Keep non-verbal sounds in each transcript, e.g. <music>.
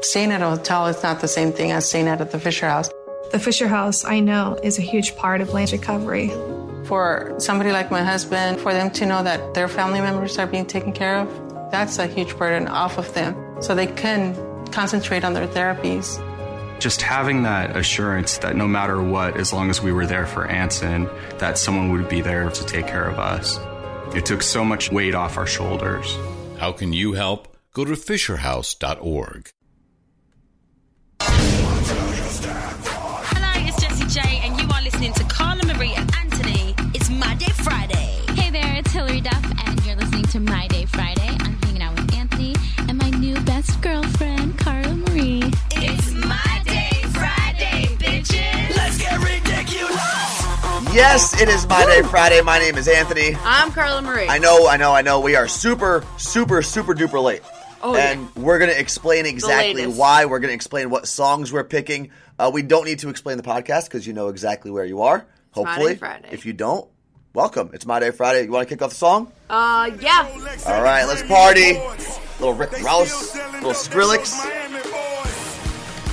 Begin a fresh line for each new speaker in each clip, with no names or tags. Staying at a hotel is not the same thing as staying at the Fisher House.
The Fisher House, I know, is a huge part of land recovery.
For somebody like my husband, for them to know that their family members are being taken care of, that's a huge burden off of them so they can concentrate on their therapies.
Just having that assurance that no matter what, as long as we were there for Anson, that someone would be there to take care of us. It took so much weight off our shoulders.
How can you help? Go to FisherHouse.org.
Hello, it's Jessie J, and you are listening to Carla Marie and Anthony. It's My Day Friday.
Hey there, it's Hillary Duff, and you're listening to My Day Friday. I'm hanging out with Anthony and my new best girlfriend, Carla Marie.
It's My Day Friday, bitches.
Let's get ridiculous.
Yes, it is My Day Friday. My name is Anthony.
I'm Carla Marie.
I know, I know, I know. We are super, super, super duper late.
Oh,
and we're going to explain exactly
latest.
why. We're going to explain what songs we're picking. Uh, we don't need to explain the podcast because you know exactly where you are,
Day
hopefully.
Friday.
If you don't, welcome. It's My Day Friday. You want to kick off the song?
Uh, yeah.
All right, let's party. Little Rick Rouse, little Skrillex.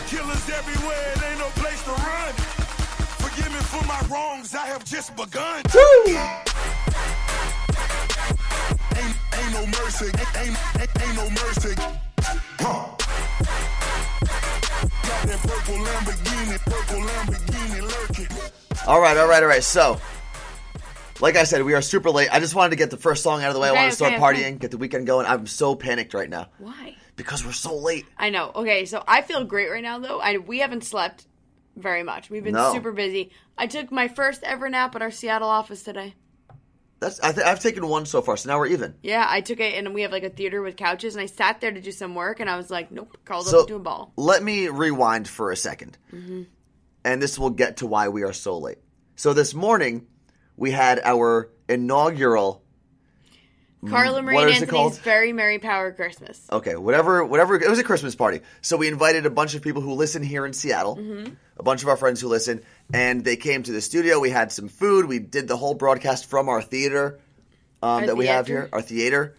Killers everywhere, it ain't no place to run. Forgive me for my wrongs, I have just begun. Ain't, ain't no mercy, ain't, ain't, ain't- ain't no mercy. Huh. Got that purple Lamborghini, purple Lamborghini lurking.
All right, all right, all right. So, like I said, we are super late. I just wanted to get the first song out of the way.
Okay,
I want to start
okay,
partying,
okay.
get the weekend going. I'm so panicked right now
Why?
because we're so late.
I know. Okay, so I feel great right now, though. I we haven't slept very much. We've been
No.
super busy. I took my first ever nap at our Seattle office today.
That's I th- I've taken one so far, so now we're even.
Yeah, I took it, and we have like a theater with couches, and I sat there to do some work, and I was like, nope, curled
So
up into a ball.
let me rewind for a 2nd
Mm-hmm.
and this will get to why we are so late. So this morning we had our inaugural
Carla Marie
mm, what
and
is it
Anthony's
called? Oh.
Very Merry Power Christmas.
okay whatever whatever it was a Christmas party. So we invited a bunch of people who listen here in Seattle,
Mm-hmm.
a bunch of our friends who listen, and they came to the studio. We had some food. We did the whole broadcast from our theater um, that we have
theater.
here, our theater,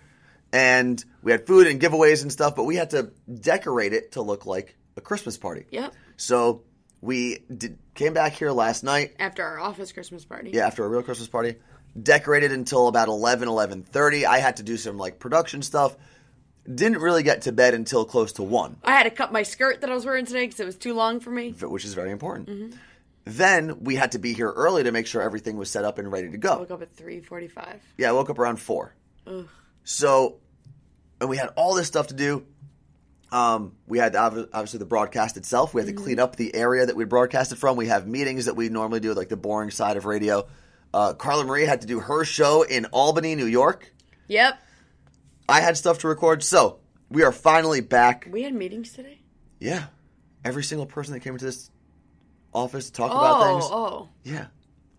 and we had food and giveaways and stuff. But we had to decorate it to look like a Christmas party.
Yep.
So we did, came back here last night
After our office Christmas party.
yeah, after a real Christmas party, decorated until about 11, 11.30. I had to do some like production stuff. Didn't really get to bed until close to 1,
I had to cut my skirt that I was wearing today because it was too long for me.
which is very important. Then we had to be here early to make sure everything was set up and ready to go.
I woke up at 3:45.
Yeah, I woke up around four. So, and we had all this stuff to do. Um, we had obvi- obviously the broadcast itself. We had
Mm-hmm.
to clean up the area that we broadcasted from. We have meetings that we normally do, like the boring side of radio. Uh, Carla Marie had to do her show in Albany, New York.
Yep.
I had stuff to record, so we are finally back.
We had meetings today.
Yeah, every single person that came into this office to talk about
Oh,
things.
oh.
Yeah,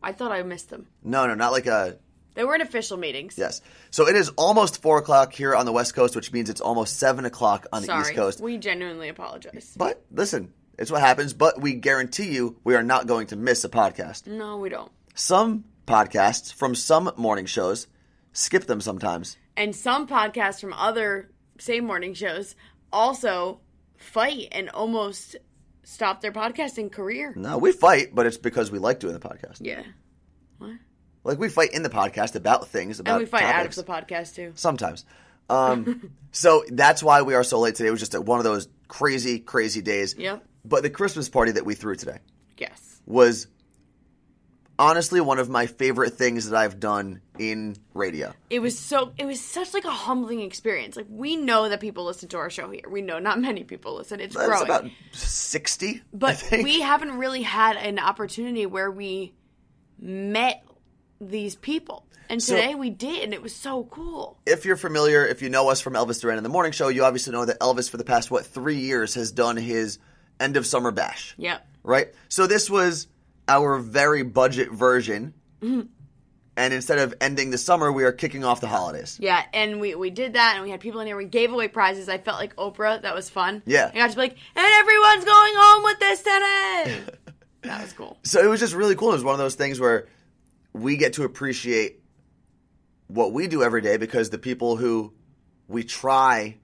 I thought I missed them.
no, no, not like a
They weren't official meetings.
Yes. So it is almost four o'clock here on the West Coast, which means it's almost seven o'clock on the
Sorry.
East Coast.
We genuinely apologize.
But listen, it's what happens. But we guarantee you, we are not going to miss a podcast.
no, we don't.
Some podcasts from some morning shows skip them sometimes.
And some podcasts from other same morning shows also fight and almost stop their podcasting career.
No, we fight, but it's because we like doing the podcast.
Yeah.
Like we fight in the podcast about things about
And we fight
topics.
out of the podcast too.
sometimes. Um, <laughs> so that's why we are so late today. It was just one of those crazy, crazy days.
Yep.
But the Christmas party that we threw today.
Yes.
was honestly one of my favorite things that I've done in radio.
It was so it was such like a humbling experience. Like we know that people listen to our show here. We know not <laughs> many people listen. It's
That's
growing.
about 60, I
but
think.
we haven't really had an opportunity where we met these people. And
So-
today we did and it was so cool.
if you're familiar, if you know us from Elvis Duran in the Morning Show, you obviously know that Elvis for the past what 3 years has done his end of summer bash.
Yep.
Right? So this was our very budget version. And instead of ending the summer, we are kicking off the holidays.
Yeah, and we, we did that, and we had people in here. We gave away prizes. I felt like Oprah. That was fun.
Yeah.
I got to be like, and everyone's going home with this today. that was cool.
So it was just really cool. It was one of those things where we get to appreciate what we do every day because the people who we try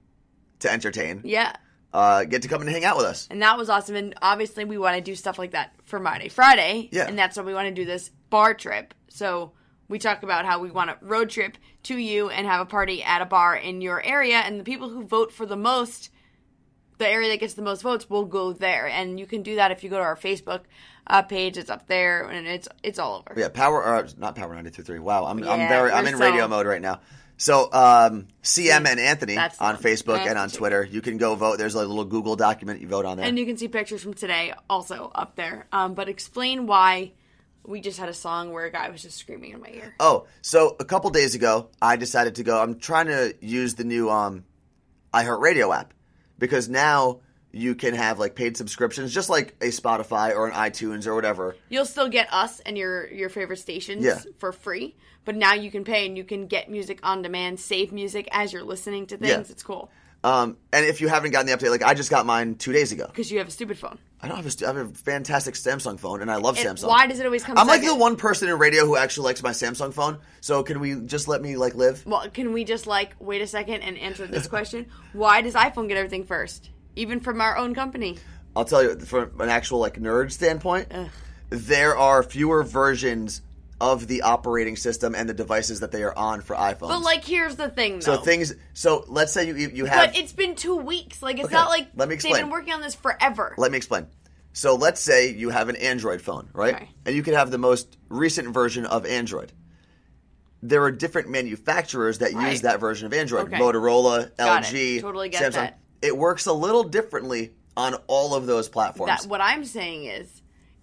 to entertain
Yeah.
uh, get to come and hang out with us.
And that was awesome. And obviously, we want to do stuff like that for Monday, Friday.
Yeah.
And that's why we want to do this bar trip. So we talk about how we want a road trip to you and have a party at a bar in your area. And the people who vote for the most, the area that gets the most votes, will go there. And you can do that if you go to our Facebook uh, page. It's up there, and it's it's all over.
Yeah, power or not power 923. Wow, I'm I'm
Yeah,
very I'm
we're
in radio
so-
mode right now. So um, CM and Anthony
That's the
on
one.
Facebook
That's
and on
the two.
Twitter. You can go vote. There's a little Google document you vote on there.
And you can see pictures from today also up there. Um, but explain why we just had a song where a guy was just screaming in my ear.
Oh, so a couple days ago, I decided to go. I'm trying to use the new um, iHeartRadio app because now you can have like paid subscriptions, just like a Spotify or an iTunes or whatever.
You'll still get us and your your favorite stations
Yeah.
for free, but now you can pay and you can get music on demand, save music as you're listening to things.
Yeah.
It's cool
Um, and if you haven't gotten the update, like I just got mine two days ago.
because you have a stupid phone.
I don't have a, st- I have a fantastic Samsung phone, and I love
And
Samsung.
why does it always come
I'm like
second?
the one person in radio who actually likes my Samsung phone. So can we just let me like live?
Well, can we just like wait a second and
<laughs>
answer this question? why does iPhone get everything first, even from our own company?
I'll tell you from an actual like nerd standpoint, there are fewer versions of the operating system and the devices that they are on for iPhones.
But like, here's the thing, though.
so things. So let's say you you have.
but it's been two weeks. Like, it's
Okay,
not like
let me
they've
explain.
been working on this forever.
let me explain. So let's say you have an Android phone, right?
Okay.
And you can have the most recent version of Android. There are different manufacturers that use
Right.
that version of Android.
Okay.
Motorola,
Got it.
LG,
Totally get
Samsung.
that.
It works a little differently on all of those platforms.
that what I'm saying is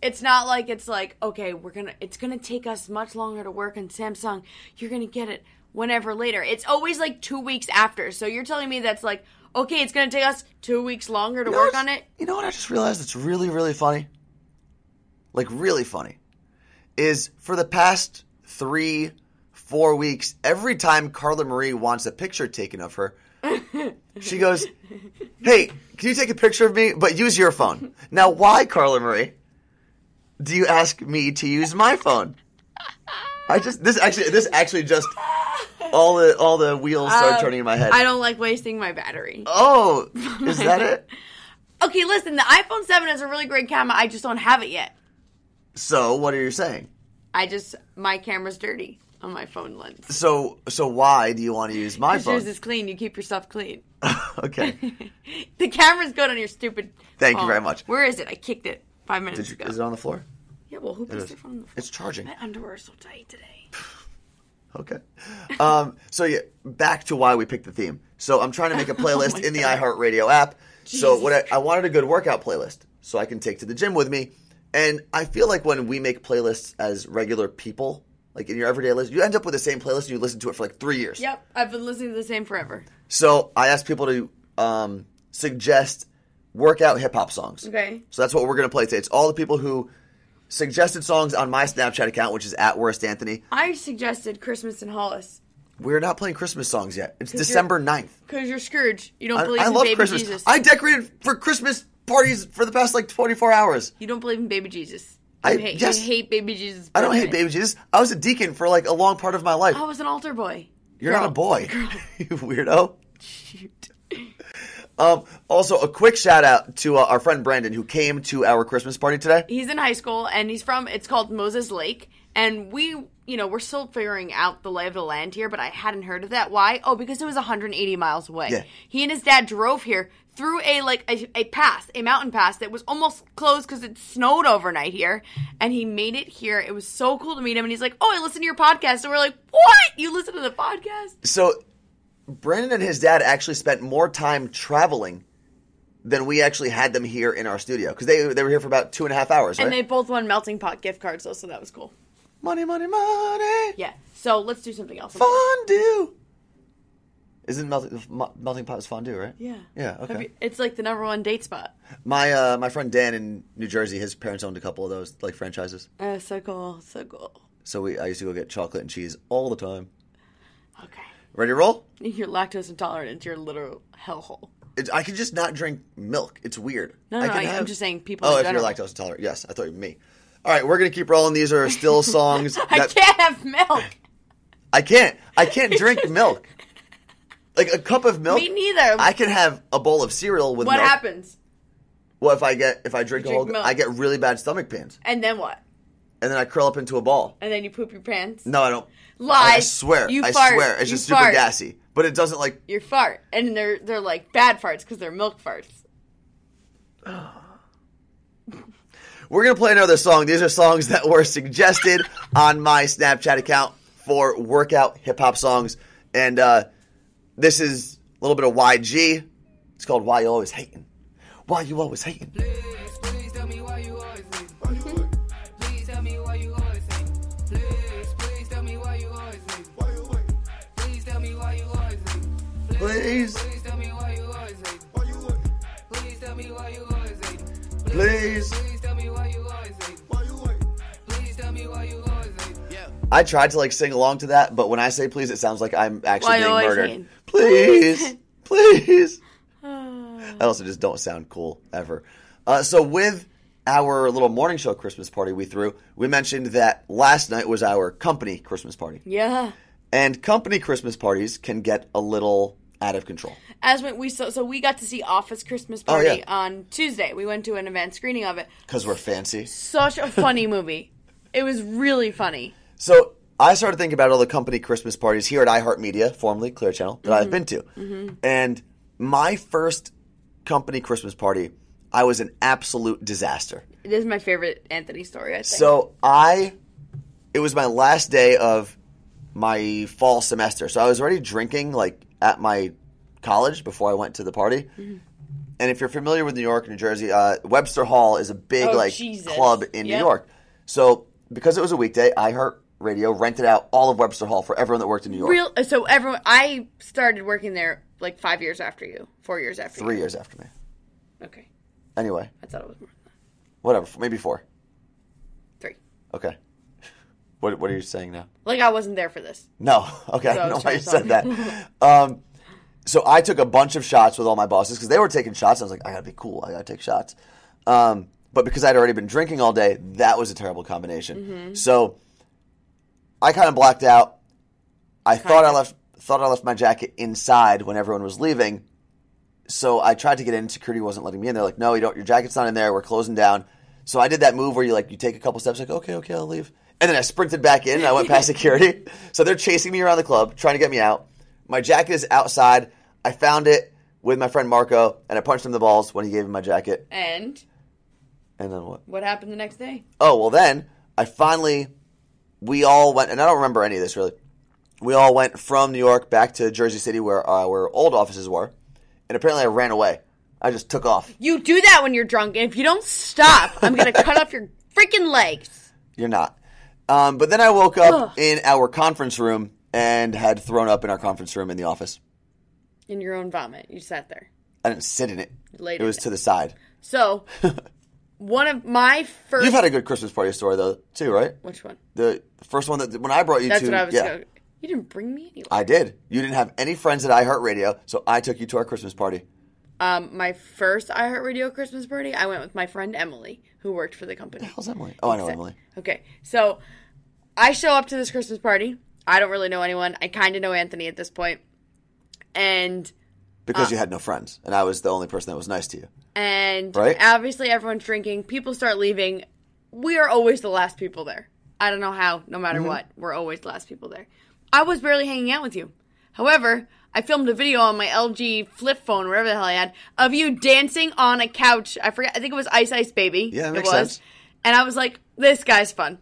it's not like it's like okay we're gonna it's gonna take us much longer to work on Samsung you're gonna get it whenever later it's always like two weeks after so you're telling me that's like okay it's gonna take us two weeks longer to
You know
work
what-
on it
You know what I just realized that's really, really funny? Like, really funny. Is for the past three, four weeks, every time Carla Marie wants a picture taken of her,
<laughs>
she goes, Hey, can you take a picture of me? But use your phone. Now, why, Carla Marie, do you ask me to use my phone? I just this actually this actually just all the all the wheels start turning in my head.
Uh, I don't like wasting my battery <laughs>
oh, is that it?
okay listen the iPhone 7 has a really great camera I just don't have it yet
So, what are you saying?
I just my camera's dirty on my phone lens
So, so why do you want to use my
yours
phone?
is clean you keep yourself clean <laughs>
okay.
the camera's good on your stupid
Thank you
phone.
very much.
where is it I kicked it five
Did
minutes
you,
ago
is it on the floor?
yeah well who puts their phone on the floor?
It's charging.
My underwear is so tight today.
Okay. Um, so yeah, back to why we picked the theme. So I'm trying to
<laughs> Oh
make a playlist in the iHeartRadio app. So what I, I wanted a good workout playlist so I can take to the gym with me. And I feel like when we make playlists as regular people, like in your everyday list, you end up with the same playlist and you listen to it for like three years.
Yep, I've been listening to the same forever.
So I asked people to um, suggest workout hip hop songs.
Okay.
So that's what we're going to play today. It's all the people who suggested songs on my Snapchat account, which is at Worst Anthony.
I suggested Christmas in Hollis
We're not playing Christmas songs yet. It's
you're-
December 9th.
because you're Scrooge. You don't
I,
believe
I
in
love
baby
Christmas.
Jesus.
I decorated for Christmas parties for the past like 24 hours.
you don't believe in baby Jesus.
I-
You hate, you
yes.
hate baby Jesus.
I don't hate
birthday.
baby Jesus. I was a deacon for like a long part of my life.
I was an altar boy.
You're not a boy, <laughs> you weirdo. Um, also, a quick shout out to uh, our friend Brandon who came to our Christmas party today.
He's in high school and he's from. It's called Moses Lake, and we, you know, we're still figuring out the lay of the land here. But I hadn't heard of that. Why? Oh, because it was 180 miles away.
Yeah.
He and his dad drove here through a like a, a pass, a mountain pass that was almost closed because it snowed overnight here, and he made it here. It was so cool to meet him, and he's like, "Oh, I listen to your podcast," and we're like, "What? You listen to the podcast?"
So, Brandon and his dad actually spent more time traveling than we actually had them here in our studio because they they were here for about two and a half hours. Right?
And they both won melting pot gift cards, though, so that was cool.
money, money, money.
Yeah. So let's do something else.
Fondue. Isn't melting mo- melting pot is fondue, right?
Yeah.
Yeah.
Have
Okay.
you- It's like the number one date spot.
My uh, my friend Dan in New Jersey, his parents owned a couple of those like franchises.
Uh, so cool, so cool.
So we I used to go get chocolate and cheese all the time.
Okay.
Ready to roll?
You're lactose intolerant. It's your literal hellhole. <laughs>
It's, I can just not drink milk. It's weird.
No,
I
no,
can
I- I'm just saying people
Oh,
in
if you're
general.
lactose intolerant, yes, I thought you were me. All right, we're gonna keep rolling. These are
<laughs>
still songs.
I
that-
can't have milk.
I can't. I can't drink milk. Like a cup of <laughs> milk.
Me neither.
I can have a bowl of cereal with
What
milk.
happens?
Well, if I get if I drink,
drink
a whole,
milk.
I get really bad stomach pains,
And then what?
and then I curl up into a ball.
And then you poop your pants?
No, I don't.
Lies.
I swear.
You
I
fart.
swear. It's
You
just super
fart.
gassy, but it doesn't like.
Your fart. And they're they're like bad farts because they're milk farts.
We're gonna play another song. These are songs that were suggested on my Snapchat account for workout hip hop songs, and uh, this is a little bit of YG. It's called "Why You Always Hating." Why you always hating? Please, please. I tried to like sing along to that, but when I say please, it sounds like I'm actually
Why
being
always
murdered.
mean? <laughs>
Please,
<sighs>
please. I also just don't sound cool ever. Uh, so with our little morning show Christmas party we threw, we mentioned that last night was our company Christmas party,
Yeah.
and company Christmas parties can get a little out of control.
As when we so, so we got to see Office Christmas
Oh,
Party
yeah.
on Tuesday. We went to an event screening of it.
Because we're fancy.
Such
<laughs>
a funny movie. It was really funny.
So I started thinking about all the company Christmas parties here at iHeartMedia, formerly Clear Channel, that I've been to. And my first company Christmas party, I was an absolute disaster.
This is my favorite Anthony story. I think.
So I, it was my last day of my fall semester. So I was already drinking like at my college before I went to the party.
Mm-hmm.
And if you're familiar with New York, New Jersey, uh, Webster Hall is a big
Oh,
like
Jesus.
club in
Yep.
New York. So because it was a weekday, iHeart Radio rented out all of Webster Hall for everyone that worked in New York.
real. So everyone, I started working there like five years after you, four years after
Three
you.
years after me.
Okay,
Anyway,
I thought it was more than that.
whatever, maybe four.
Three.
Okay. <laughs> What, what are you saying now?
Like I wasn't there for this.
No. <laughs> Okay. I
So
don't
I
know
was
why you said
trying
that. Um, so I took a bunch of shots with all my bosses because they were taking shots. I was like, I gotta be cool. I gotta take shots. Um, but because I'd already been drinking all day, that was a terrible combination. So I kind of blacked out. I thought I left thought I left my jacket inside when everyone was leaving. So I tried to get in. Security wasn't letting me in. They're like, "No, you don't. Your jacket's not in there. We're closing down." So I did that move where you like you take a couple steps, like, "Okay, okay, I'll leave," and then I sprinted back in and I went past security. So they're chasing me around the club, trying to get me out. My jacket is outside. I found it with my friend Marco, and I punched him in the balls when he gave me my jacket.
And
And then what?
what happened the next day?
Oh well, then I finally we all went, and I don't remember any of this really. We all went from New York back to Jersey City, where our old offices were, and apparently I ran away. I just took off.
You do that when you're drunk, and if you don't stop, I'm gonna cut off your freaking legs.
You're not. Um, but then I woke up in our conference room and had thrown up in our conference room in the office.
In your own vomit, you sat there.
I didn't sit in it.
Laid
it
in
was
it.
to the side. <laughs>
So one of my 1st
You've had a good Christmas party story though, too, right?
which one?
The first one that when I brought you
That's
to,
what I was.
yeah,
going You didn't bring me anyone.
I did. You didn't have any friends at iHeartRadio, so I took you to our Christmas party.
Um, my first iHeartRadio Christmas party, I went with my friend Emily, who worked for the company.
How's Emily? Oh, I know Emily.
Okay, so I show up to this Christmas party. I don't really know anyone. I kind of know Anthony at this point, and
Because
Ah.
you had no friends, and I was the only person that was nice to
<laughs>
you.
and
Right.
obviously everyone's drinking. People start leaving. We are always the last people there. I don't know how. No
Mm-hmm.
matter what, we're always the last people there. I was barely hanging out with you. However, I filmed a video on my LG flip phone, whatever the hell I had, of you dancing on a couch. I forget. I think it was Ice Ice Baby.
Yeah, that
it
makes
was.
sense.
And I was like, "This guy's fun.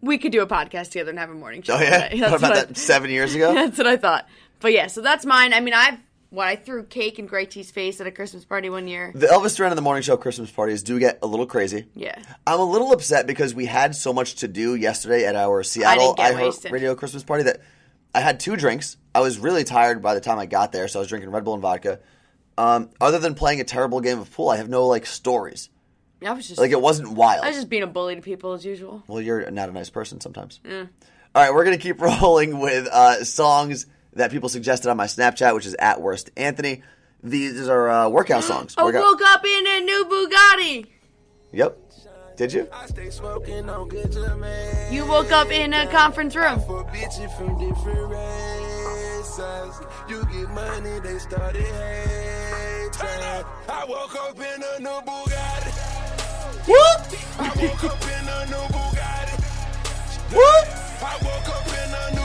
We could do a podcast together and have a morning show."
Oh yeah,
<laughs>
<laughs>
That's
what about
I-
that seven years
<laughs>
ago?
that's what I thought. But yeah, so that's mine. I mean, I've what I threw cake in Grey T's face at a Christmas party one year.
the Elvis Duran and the Morning Show Christmas parties do get a little crazy.
Yeah.
I'm a little upset because we had so much to do yesterday at our Seattle
get
iHeart
wasted.
Radio Christmas party that I had two drinks. I was really tired by the time I got there, so I was drinking Red Bull and vodka. Um, other than playing a terrible game of pool, I have no like stories.
I was just
Like it wasn't wild.
I was just being a bully to people as usual.
Well, you're not a nice person sometimes. All right, we're going to keep <laughs> rolling with uh, songs that people suggested on my Snapchat, which is at worst Anthony. These are uh, workout
<gasps>
songs.
I
Workout-
woke up in a new Bugatti.
Yep. Did you?
You woke up in a conference room.
for bitches from different races. criticized. You get money, they started hating. I woke up in a new Bugatti. What? I woke up in a new Bugatti. What? I woke up in a new Bugatti.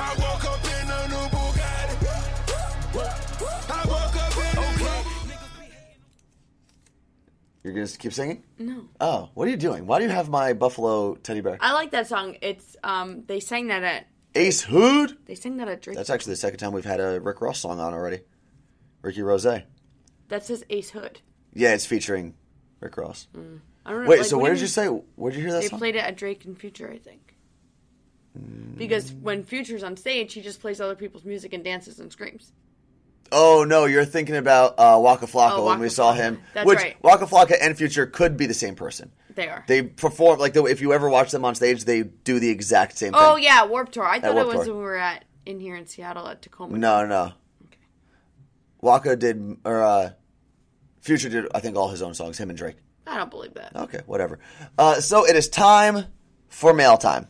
I woke up in a new Bugatti. I woke up in a new.
You're gonna keep singing?
No.
Oh, what are you doing? Why do you have my buffalo teddy bear?
I like that song. It's um they sang that at
Ace Hood.
they sang that at Drake.
That's actually the second time we've had a Rick Ross song on already. Ricky Rose. Yeah,
that says Ace Hood.
it's featuring Rick Ross.
I don't know,
Wait,
Mm-hmm. like,
so
what
where
do
did you
mean?
say? Where did you hear that
They
song?
played it at Drake and Future, I think. Because when Future's on stage, he just plays other people's music and dances and screams.
Oh no, you're thinking about uh, Waka Flocka
Oh,
when
Waka
we saw
Flocka.
him.
That's
which
right.
Waka Flocka and Future could be the same person.
They are.
They perform like the, if you ever watch them on stage, they do the exact same
oh
thing.
yeah, Warp Tour. I thought
Warped
it was
Tour.
when we were at in here in Seattle at Tacoma.
No, no. Waka did or uh, Future did I think all his own songs, him and Drake.
I don't believe that.
Okay, whatever. Uh, so it is time for mail time.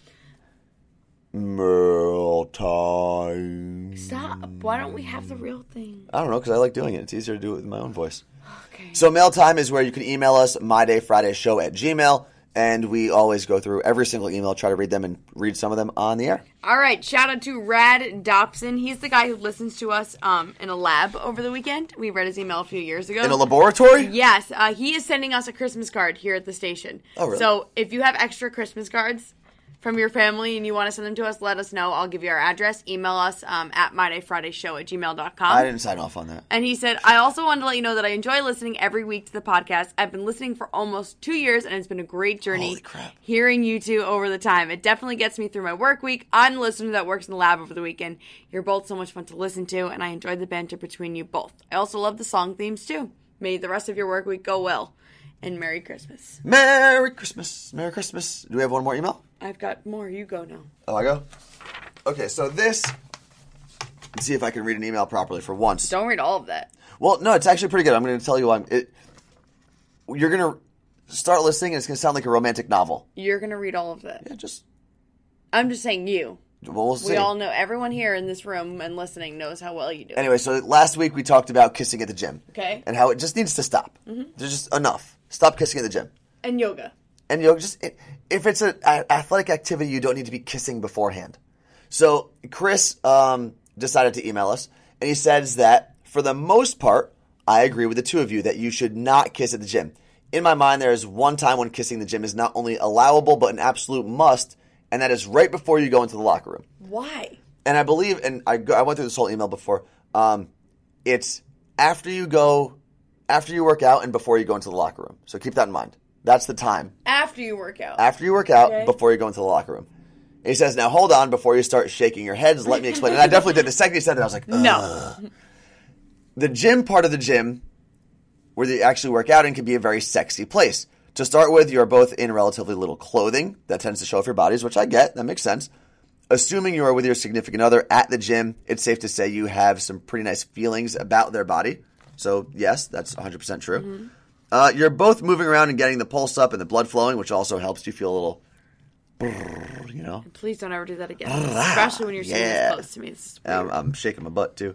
Mail time.
Stop. Why don't we have the real thing?
I don't know because I like doing it. It's easier to do it with my own voice.
Okay.
So mail time is where you can email us mydayfridayshow at gmail, and we always go through every single email, try to read them, and read some of them on the air.
All right, shout out to Rad Dobson. He's the guy who listens to us um, in a lab over the weekend. We read his email a few years ago.
In a laboratory.
Yes, uh, he is sending us a Christmas card here at the station.
Oh, really?
So if you have extra Christmas cards from your family and you want to send them to us, let us know. I'll give you our address. Email us um, at mydayfridayshow at gmail.com.
I didn't sign off on that.
And he said, I also wanted to let you know that I enjoy listening every week to the podcast. I've been listening for almost two years, and it's been a great journey
Holy crap.
hearing you two over the time. It definitely gets me through my work week. I'm the listener that works in the lab over the weekend. You're both so much fun to listen to, and I enjoyed the banter between you both. I also love the song themes too. May the rest of your work week go well. And Merry Christmas.
Merry Christmas. Merry Christmas. Do we have one more email?
I've got more. You go now.
Oh, I go. Okay, so this. Let's see if I can read an email properly for once.
Don't read all of that.
Well, no, it's actually pretty good. I'm going to tell you why. I'm, it, you're going to start listening, and it's going to sound like a romantic novel.
You're going to read all of that.
Yeah, just
I'm just saying you.
well, we'll see.
We all know, everyone here in this room and listening knows how well you do.
Anyway, so last week we talked about kissing at the gym.
Okay. Mm-hmm.
And how it just needs to stop. There's just enough. Stop kissing at the gym.
and yoga.
And you know, just i- if it's an athletic activity, you don't need to be kissing beforehand. So Chris um, decided to email us, and he says that for the most part, I agree with the two of you that you should not kiss at the gym. In my mind, there is one time when kissing the gym is not only allowable but an absolute must, and that is right before you go into the locker room
Why?
and I believe, and I, go, I went through this whole email before. Um, it's after you go, after you work out, and before you go into the locker room. So keep that in mind. That's the time
After you work out.
after you work out, before you go into the locker room. And he says, "Now hold on, before you start shaking your heads, let me explain." and I definitely did. The second he said that, I was like, "Ugh."
no.
the gym part of the gym where they actually work out in can be a very sexy place. To start with, you're both in relatively little clothing that tends to show off your bodies, which I get, that makes sense. Assuming you are with your significant other at the gym, it's safe to say you have some pretty nice feelings about their body. So, yes, that's 100% true. Uh, you're both moving around and getting the pulse up and the blood flowing, which also helps you feel a little, brrr, you know?
Please don't ever do that again. Especially when you're sitting
Yeah.
this close to me. This is weird.
I'm, Um, I'm shaking my butt too.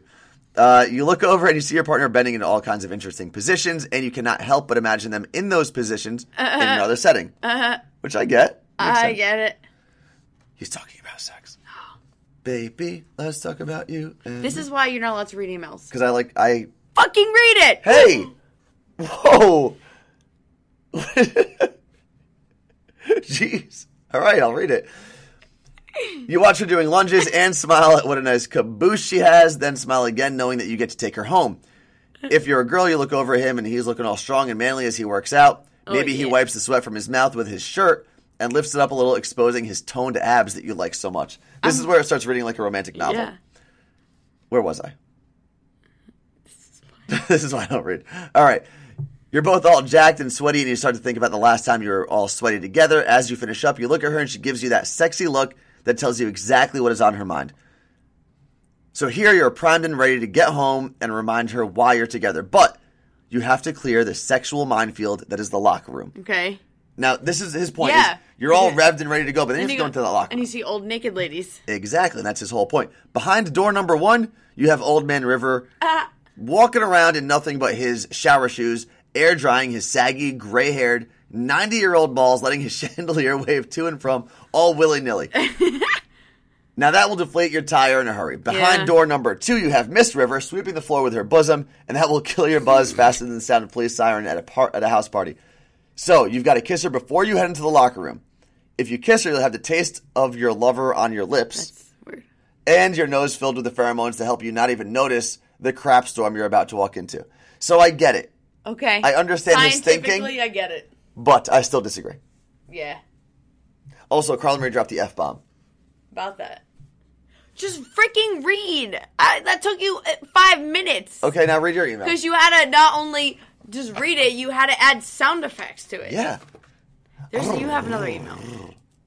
Uh, you look over and you see your partner bending into all kinds of interesting positions, and you cannot help but imagine them in those positions in another setting, which I get. Makes
Uh-huh. I
sense.
get it.
He's talking about sex, baby. Let's talk about you.
This is why you're not allowed to read emails.
because I like I.
Fucking read it!
Hey, whoa, <laughs> jeez. All right, I'll read it. You watch her doing lunges and smile at what a nice caboose she has, then smile again, knowing that you get to take her home. If you're a girl, you look over at him and he's looking all strong and manly as he works out. Maybe he
Oh, yeah.
wipes the sweat from his mouth with his shirt and lifts it up a little, exposing his toned abs that you like so much. This is where it starts reading like a romantic novel.
Um, Yeah.
Where was I? <laughs> this is why I don't read. All right. You're both all jacked and sweaty, and you start to think about the last time you were all sweaty together. As you finish up, you look at her, and she gives you that sexy look that tells you exactly what is on her mind. So here you're primed and ready to get home and remind her why you're together. But you have to clear the sexual minefield that is the locker room.
Okay.
Now, this is his point.
Yeah.
Is you're all revved and ready to go, but then you have to go
go-
into that locker.
And you see old naked ladies.
Exactly, and that's his whole point. Behind door number one, you have Old Man River walking around in nothing but his shower shoes, air drying his saggy, gray haired, 90 year old balls, letting his <laughs> chandelier wave to and from all willy nilly. now that will deflate your tire in a hurry. Behind
Yeah.
door number two, you have Miss River sweeping the floor with her bosom, and that will <laughs> kill your buzz faster than the sound of police siren at a, par- at a house party. So you've got to kiss her before you head into the locker room. If you kiss her, you'll have the taste of your lover on your lips
It's weird.
and your nose filled with the pheromones to help you not even notice the crap storm you're about to walk into. So I get it,
Okay.
I understand his thinking.
Scientifically, I get it.
but I still disagree.
Yeah.
Also, Carl Murray dropped the F bomb.
About that. Just freaking read. I, that took you uh, five minutes.
Okay, now read your email.
Because you had to not only just read it, you had to add sound effects to it.
yeah.
There's, you have another email.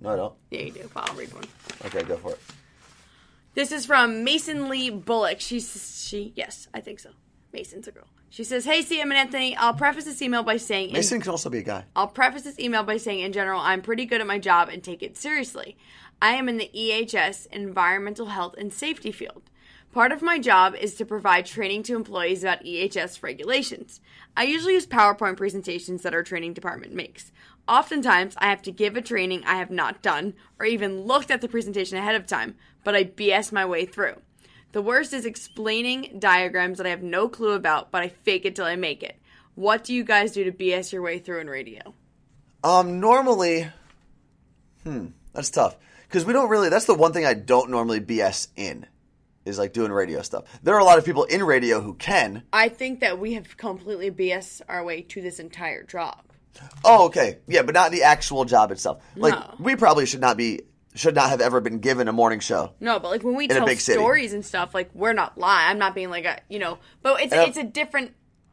No, I don't.
Yeah, you do. I'll read one.
Okay, go for it.
This is from Mason Lee Bullock. She's she. Yes, I think so. Mason's a girl. She says, "Hey, CM and Anthony. I'll preface this email by saying, in-
Mason can also be a guy.
I'll preface this email by saying, in general, I'm pretty good at my job and take it seriously. I am in the EHS, Environmental Health and Safety field. Part of my job is to provide training to employees about EHS regulations. I usually use PowerPoint presentations that our training department makes. Oftentimes, I have to give a training I have not done or even looked at the presentation ahead of time, but I BS my way through. The worst is explaining diagrams that I have no clue about, but I fake it till I make it. What do you guys do to BS your way through in radio?
Um, normally, hmm, that's tough because we don't really. That's the one thing I don't normally BS in is like doing radio stuff. There are a lot of people in radio who can.
I think that we have completely BS our way to this entire job.
Oh, okay. Yeah, but not the actual job itself. Like
No.
we probably should not be should not have ever been given a morning show.
No, but like when we
a
tell
big city.
stories and stuff, like we're not lying. I'm not being like a you know, but it's
don't-
it's a different.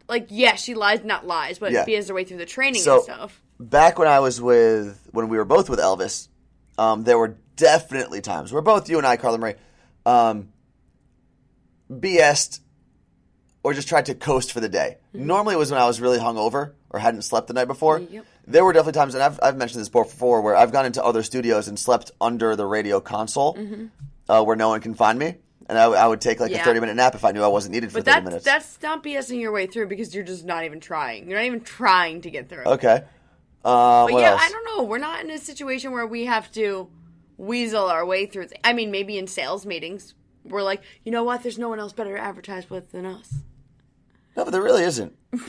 Like yes, she lies, not lies, but
Yeah.
BS her way through the training
So
and stuff.
back when I was with when we were both with Elvis, um, there were definitely times where both you and I, Carla Marie, um, BS'd or just tried to coast for the day.
Mm-hmm.
Normally, it was when I was really hungover or hadn't slept the night before. There were definitely times, and I've, I've mentioned this before, where I've gone into other studios and slept under the radio console uh, where no one can find me. And I, I would take like a
Mm-hmm. Yeah.
30 minute nap if I knew I wasn't needed for
But
30
that's
minutes.
that's not BSing your way through because you're just not even trying. You're not even trying to get through.
okay. Uh,
But
what
yeah,
else?
I don't know. We're not in a situation where we have to weasel our way through. Th- I mean, maybe in sales meetings, we're like, you know what? There's no one else better to advertise with than us.
No, but there really isn't. I'm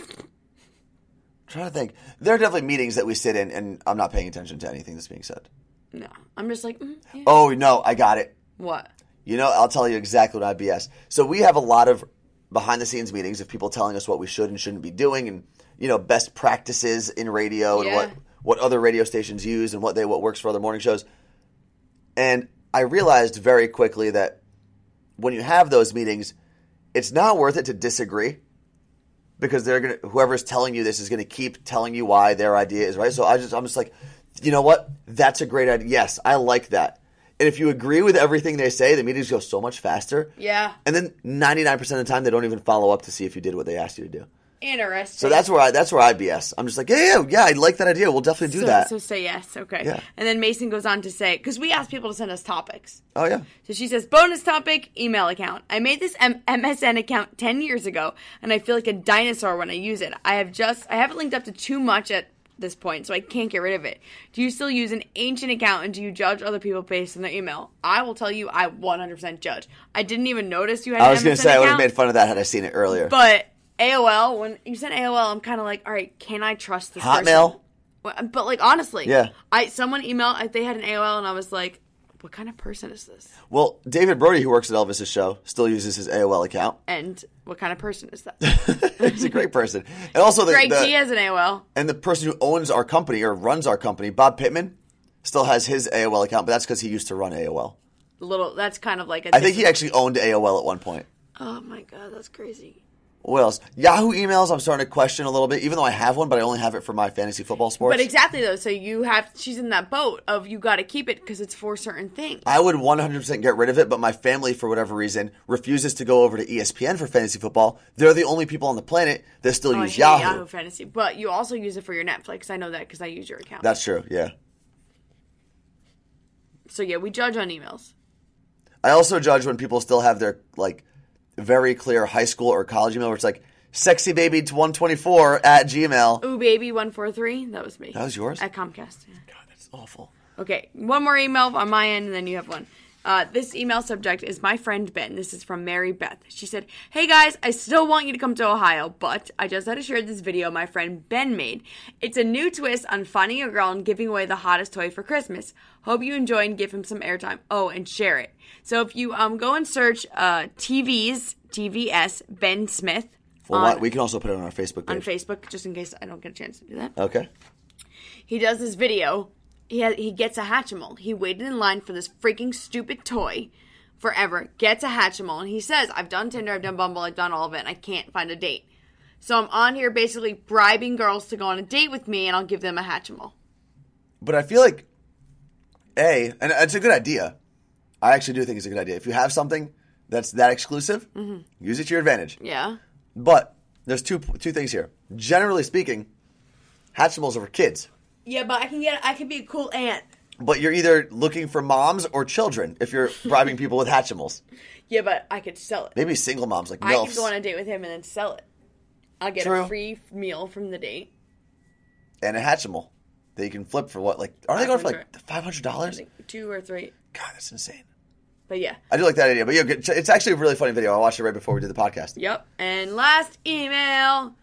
trying to think. There are definitely meetings that we sit in, and I'm not paying attention to anything that's being said.
No, I'm just like, mm, yeah.
Oh, no, I got it.
what?
You know, I'll tell you exactly what I BS. So we have a lot of behind the scenes meetings of people telling us what we should and shouldn't be doing and, you know, best practices in radio and
Yeah.
what, what other radio stations use and what they what works for other morning shows. And I realized very quickly that when you have those meetings, it's not worth it to disagree because they're gonna whoever's telling you this is gonna keep telling you why their idea is right. So I just I'm just like, you know what? That's a great idea. Yes, I like that. And if you agree with everything they say, the meetings go so much faster.
Yeah,
And then 99% of the time, they don't even follow up to see if you did what they asked you to do.
interesting.
So that's where I that's where I BS. I'm just like, yeah, yeah, yeah. I like that idea. We'll definitely do
so,
that.
So say yes, okay.
Yeah.
And then Mason goes on to say, because we ask people to send us topics.
oh yeah.
So she says, bonus topic, email account. I made this M- MSN account 10 years ago, and I feel like a dinosaur when I use it. I have just, I haven't linked up to too much at this point, so I can't get rid of it. Do you still use an ancient account, and do you judge other people based on their email? I will tell you, I 100% judge. I didn't even notice you had an
I was gonna
MSN
say I would have
account,
made fun of that had I seen it earlier.
But AOL, when you sent AOL, I'm kind of like, all right, can I trust this
Hotmail?
person? Well, um, But like honestly,
Yeah.
I someone emailed I- they had an AOL and I was like, what kind of person is this?
well, David Brody, who works at Elvis's show, still uses his AOL account.
and what kind of person
<laughs>
is that?
He's a great person. And also the,
Greg
the-
T has an AOL.
And the person who owns our company or runs our company, Bob Pittman, still has his AOL account, but that's because he used to run AOL.
Little, that's kind of like a.
I think he actually owned AOL at one point.
Oh my god, that's crazy.
What else? Yahoo emails. I'm starting to question a little bit, even though I have one, but I only have it for my fantasy football sports.
But exactly though, so you have she's in that boat of you got to keep it because it's for certain things.
I would 100% get rid of it, but my family, for whatever reason, refuses to go over to E ESPN for fantasy football. They're the only people on the planet that still
Oh, I
use
hate
Yahoo.
Yahoo Fantasy, but you also use it for your Netflix. I know that because I use your account.
That's true. Yeah.
so yeah, we judge on emails.
I also judge when people still have their like very clear high school or college email where it's like sexy baby 124 at Gmail.
Ooh, baby, one four three. That was me.
That was yours?
at Comcast. yeah.
That's awful.
Okay, one more email on my end, and then you have one. Uh, this email subject is my friend Ben. This is from Mary Beth. She said, Hey guys, I still want you to come to Ohio, but I just had to share this video my friend Ben made. It's a new twist on finding a girl and giving away the hottest toy for Christmas. Hope you enjoy and give him some airtime. Oh, and share it. So if you um go and search uh, TVs, TVS, Ben Smith
Well,
on,
why- we can also put it on our Facebook
on
page.
Facebook, just in case I don't get a chance to do that
okay.
he does this video. He ha he gets a Hatchimal. He waited in line for this freaking stupid toy forever. Gets a Hatchimal, and he says, "I've done Tinder, I've done Bumble, I've done all of it, and I can't find a date. So I'm on here basically bribing girls to go on a date with me, and I'll give them a Hatchimal."
But I feel like A, and it's a good idea. I actually do think it's a good idea. If you have something that's that exclusive,
Mm-hmm.
use it to your advantage.
Yeah,
But there's two two things here. Generally speaking, Hatchimals are for kids.
yeah, but I can get I can be a cool aunt.
But you're either looking for moms or children if you're bribing people with Hatchimals.
Yeah, but I could sell it.
Maybe single moms like
I
MILFs.
could go on a date with him and then sell it. I'll get
True.
a free meal from the date.
and a Hatchimal that you can flip for what? Like, are they going for like five hundred dollars? God,
Two or three,
that's insane.
but yeah.
I do like that idea, but yeah, good- it's actually a really funny video. I watched it right before we did the podcast.
Yep. And last email.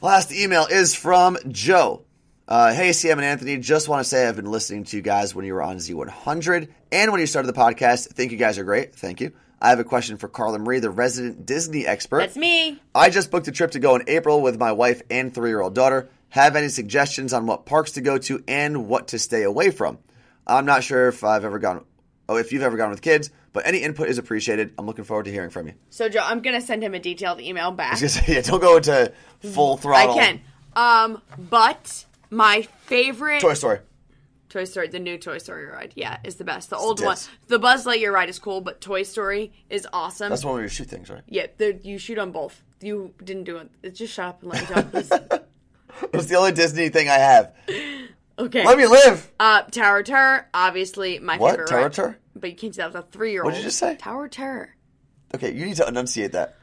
Last email is from Joe. Uh, hey, CM and Anthony, just want to say I've been listening to you guys when you were on Z100 and when you started the podcast. Think you guys are great. Thank you. I have a question for Carla Marie, the resident Disney expert.
That's me.
I just booked a trip to go in April with my wife and three year old daughter. Have any suggestions on what parks to go to and what to stay away from? I'm not sure if I've ever gone, oh, if you've ever gone with kids, but any input is appreciated. I'm looking forward to hearing from you.
So Joe, I'm gonna send him a detailed email back.
Just, yeah, don't go into full
I
throttle.
can. Um, but my favorite
Toy Story.
Toy Story, the new Toy Story ride, yeah, is the best. The old
the
one,
best.
the Buzz Lightyear ride is cool, but Toy Story is awesome.
That's the one where you shoot things, right?
Yeah, the, you shoot on both. You didn't do it. It's Just shut up and let
<laughs>
me talk. Please.
It's the only Disney thing I have.
Okay.
Let me live.
uh, Tower of Terror, obviously my
What?
favorite.
Tower
ride.
of Terror?
But you can't do that with a three-year-old.
What'd you just say?
Tower of Terror.
Okay, you need to enunciate that.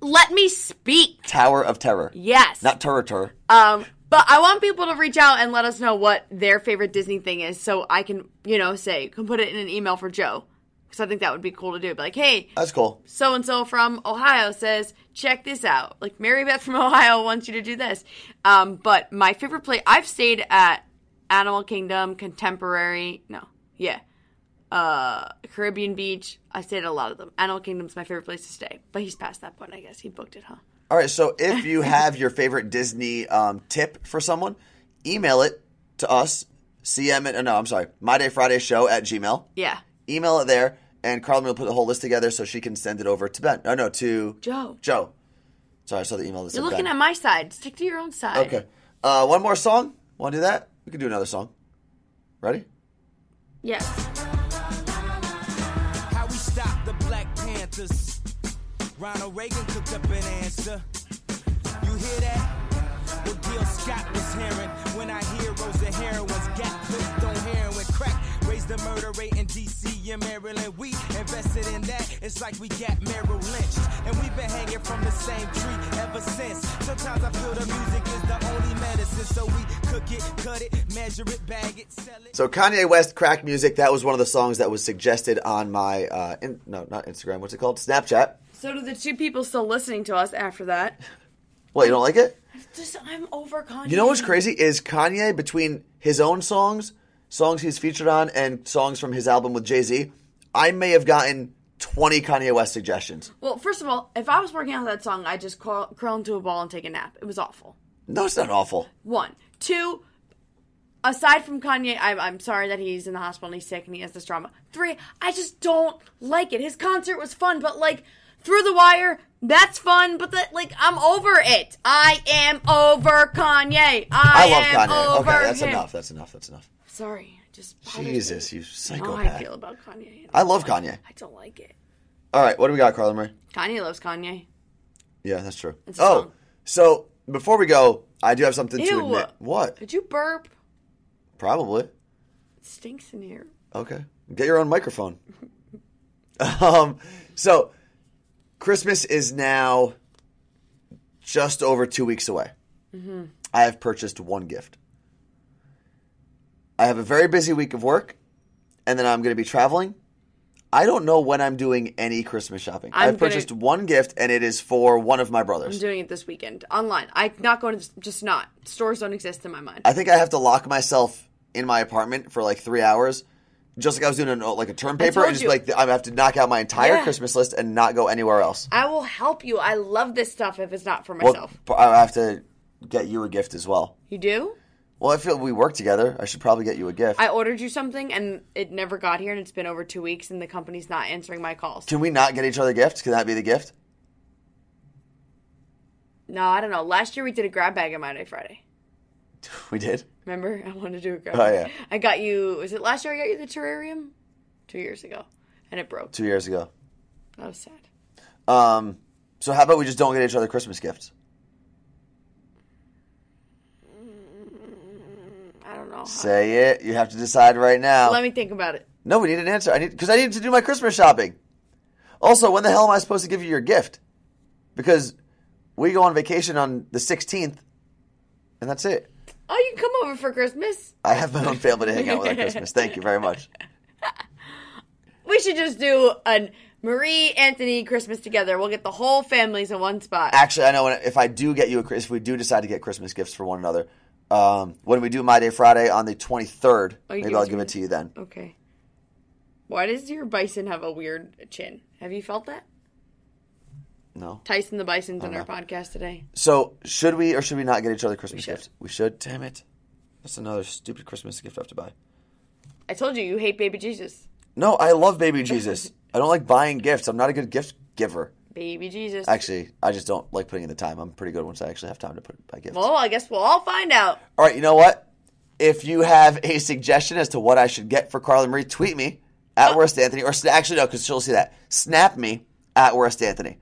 Let me speak.
Tower of Terror.
Yes.
Not Terror Terror.
Um, but I want people to reach out and let us know what their favorite Disney thing is, so I can, you know, say can put it in an email for Joe, because I think that would be cool to do. Be like, hey,
That's cool.
so and so from Ohio says, check this out. Like Mary Beth from <laughs> Ohio wants you to do this. Um, but my favorite place I've stayed at Animal Kingdom, Contemporary, no, yeah, uh, Caribbean Beach. I stayed at a lot of them. Animal Kingdom's my favorite place to stay, but he's past that point, I guess. He booked it, huh?
All right, so
<laughs>
if you have your favorite Disney um, tip for someone, email it to us, CM, at, no, I'm sorry, My Day Friday Show at Gmail.
Yeah,
Email it there, and Carla will put the whole list together so she can send it over to Ben. No, no, to
Joe.
Joe. Sorry, I saw the email that
You're
said
looking
Ben.
at my side. Stick to your own side.
Okay. Uh, one more song. Want to do that? We can do another song. Ready?
Yes.
How we stop the Black Panthers. Ronald Reagan cooked up an answer. You hear that? What Gil Scott was hearing when our heroes and heroines got clipped on heroin crack. Raised the murder rate in DC and Maryland. We invested in that. It's like we got Merrill Lynch. And we've been hanging from the same tree ever since. Sometimes I feel the music is the only medicine. So we cook it, cut it, measure it, bag it, sell it.
So Kanye West crack music. That was one of the songs that was suggested on my uh, in, no, not Instagram. What's it called? Snapchat.
So do the two people still listening to us after that?
What you don't like it?
Just I'm over Kanye.
You know what's crazy is Kanye between his own songs, songs he's featured on, and songs from his album with Jay Z. I may have gotten twenty Kanye West suggestions.
Well, first of all, if I was working on that song, I'd just curl, curl into a ball and take a nap. It was awful.
No, it's not awful.
One, two. Aside from Kanye, I'm, I'm sorry that he's in the hospital and he's sick and he has this trauma. Three, I just don't like it. His concert was fun, but like through the wire. That's fun, but that like I'm over it. I am over Kanye. I,
I love
am
Kanye.
over
Okay, that's
him.
enough. That's enough. That's enough.
Sorry, I just bothers me.
Jesus, you
You know how
psychopath.
I feel about Kanye.
I love Kanye.
I don't like it.
All right, what do we got, Carla Marie?
Kanye loves Kanye.
Yeah, that's true.
It's a
oh,
song.
so before we go, I do have something to
Ew.
admit. What?
Did you burp?
Probably.
It stinks in here.
Okay. Get your own microphone. <laughs> um, so Christmas is now just over two weeks away.
Mm-hmm.
I have purchased one gift. I have a very busy week of work, and then I'm going to be traveling. I don't know when I'm doing any Christmas shopping.
I'm
have purchased
gonna-
one gift, and it is for one of my
I'm
brothers.
doing it this weekend online. I not going to just not. Stores don't exist in my mind.
I think I have to lock myself in my apartment for like three hours, just like I was doing an, like a term paper,
told
and just
you.
like I have to knock out my entire
Yeah.
Christmas list and not go anywhere else.
I will help you. I love this stuff if it's not for
Well,
myself.
p- I have to get you a gift as well.
you do?
Well, I feel we work together. I should probably get you a gift.
I ordered you something and it never got here and it's been over 2 weeks and the company's not answering my calls.
Can we not get each other gifts? Can that be the gift? <laughs>
No, I don't know. Last year we did a grab bag on my day Friday.
We did.
Remember? <laughs> I wanted to do a grab
Oh,
bag.
yeah.
I got you was it last year I got you the terrarium? 2 years ago. And it broke.
two years ago.
That was sad.
Um, so how about we just don't get each other Christmas gifts?
I don't know.
Say it. You have to decide right now.
Let me think about it.
no, we need an answer. I need because I need to do my Christmas shopping. Also, when the hell am I supposed to give you your gift? Because we go on vacation on the 16th, and that's it.
Oh, you can come over for Christmas.
I have my own family to hang out with on Christmas. Thank you very much.
We should just do an Marie Anthony Christmas together. We'll get the whole families in one spot.
Actually, I know when, if I do get you a Chris- if we do decide to get Christmas gifts for one another, um, when we do My Day Friday on the 23rd,
Oh, you
maybe
give
I'll
it to
give
me.
it to you then.
Okay. Why does your bison have a weird chin? Have you felt that?
No.
Tyson the bison's on our podcast today.
So should we or should we not get each other Christmas
should.
gifts? We should. Damn it! That's another stupid Christmas gift I have to buy.
I told you you hate baby Jesus.
No, I love baby Jesus. I don't like buying gifts. I'm not a good gift giver.
Baby Jesus.
Actually, I just don't like putting in the time. I'm pretty good once I actually have time to put buy gifts.
Well, I guess we'll all find out.
All right, you know what? If you have a suggestion as to what I should get for Carla Marie, tweet me
Oh.
at worst Anthony, or sna- actually no, because she'll see that. Snap me at worst Anthony.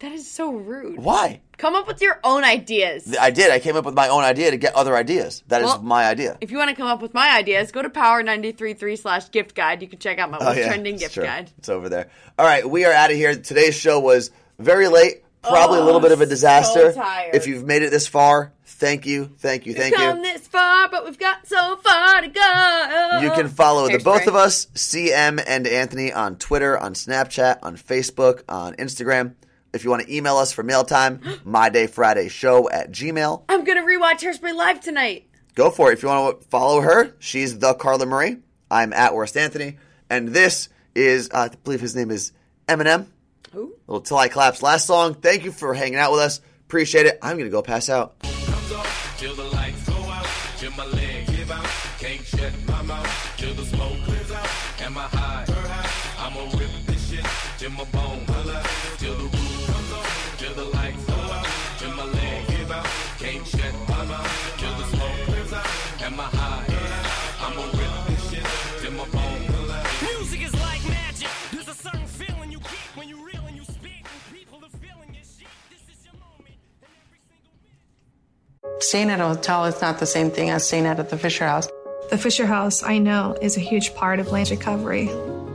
That is so rude.
Why?
Come up with your own ideas.
I did. I came up with my own idea to get other ideas. That is
Well,
my idea.
if you want to come up with my ideas, go to power933 slash gift guide. You can check out my
Oh,
what's
yeah,
trending
it's
gift
true.
guide.
It's over there. All right, we are out of here. Today's show was very late, probably a little bit of a disaster.
Oh, tired.
If you've made it this far, thank you, thank you, thank
Come
you.
this far, but we've got so far to go.
You can follow the both
Hairspray.
of us, CM and Anthony, on Twitter, on Snapchat, on Facebook, on Instagram. If you want to email us for mail time, <gasps> mydayfridayshow at gmail.
I'm gonna rewatch Hairspray live tonight.
Go for it. If you want to follow her, she's the Carla Marie. I'm at worst Anthony. And this is, uh, I believe his name is Eminem.
Who?
little Till I Collapse last song. Thank you for hanging out with us. Appreciate it. I'm going to go pass out.
comes off till the lights go out, till my leg give out, can't shut my mouth till the smoke clears out. Am I high? Her high. I'ma rip this shit till my bone hollow, till the roof comes off, till the lights go out, till my leg give out, can't shut my mouth till the smoke clears out. Am I high? I'ma rip this shit till my bone hollow.
Music is like magic. There's a certain feeling you get when you reel and you speak. When people are feeling your shit, this is your moment. And every single minute.
Staying at a hotel is not the same thing as staying at the Fisher House.
The Fisher House, I know, is a huge part of land recovery.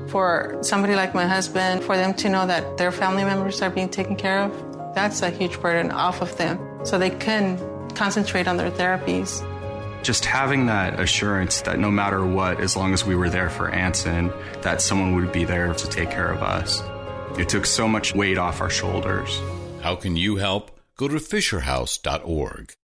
For somebody like my husband, for them to know that their family members are being taken care of, that's a huge burden off of them. So they can concentrate on their therapies.
Just having that assurance that no matter what, as long as we were there for Anson, that someone would be there to take care of us. It took so much weight off our shoulders.
How can you help? Go to FisherHouse.org.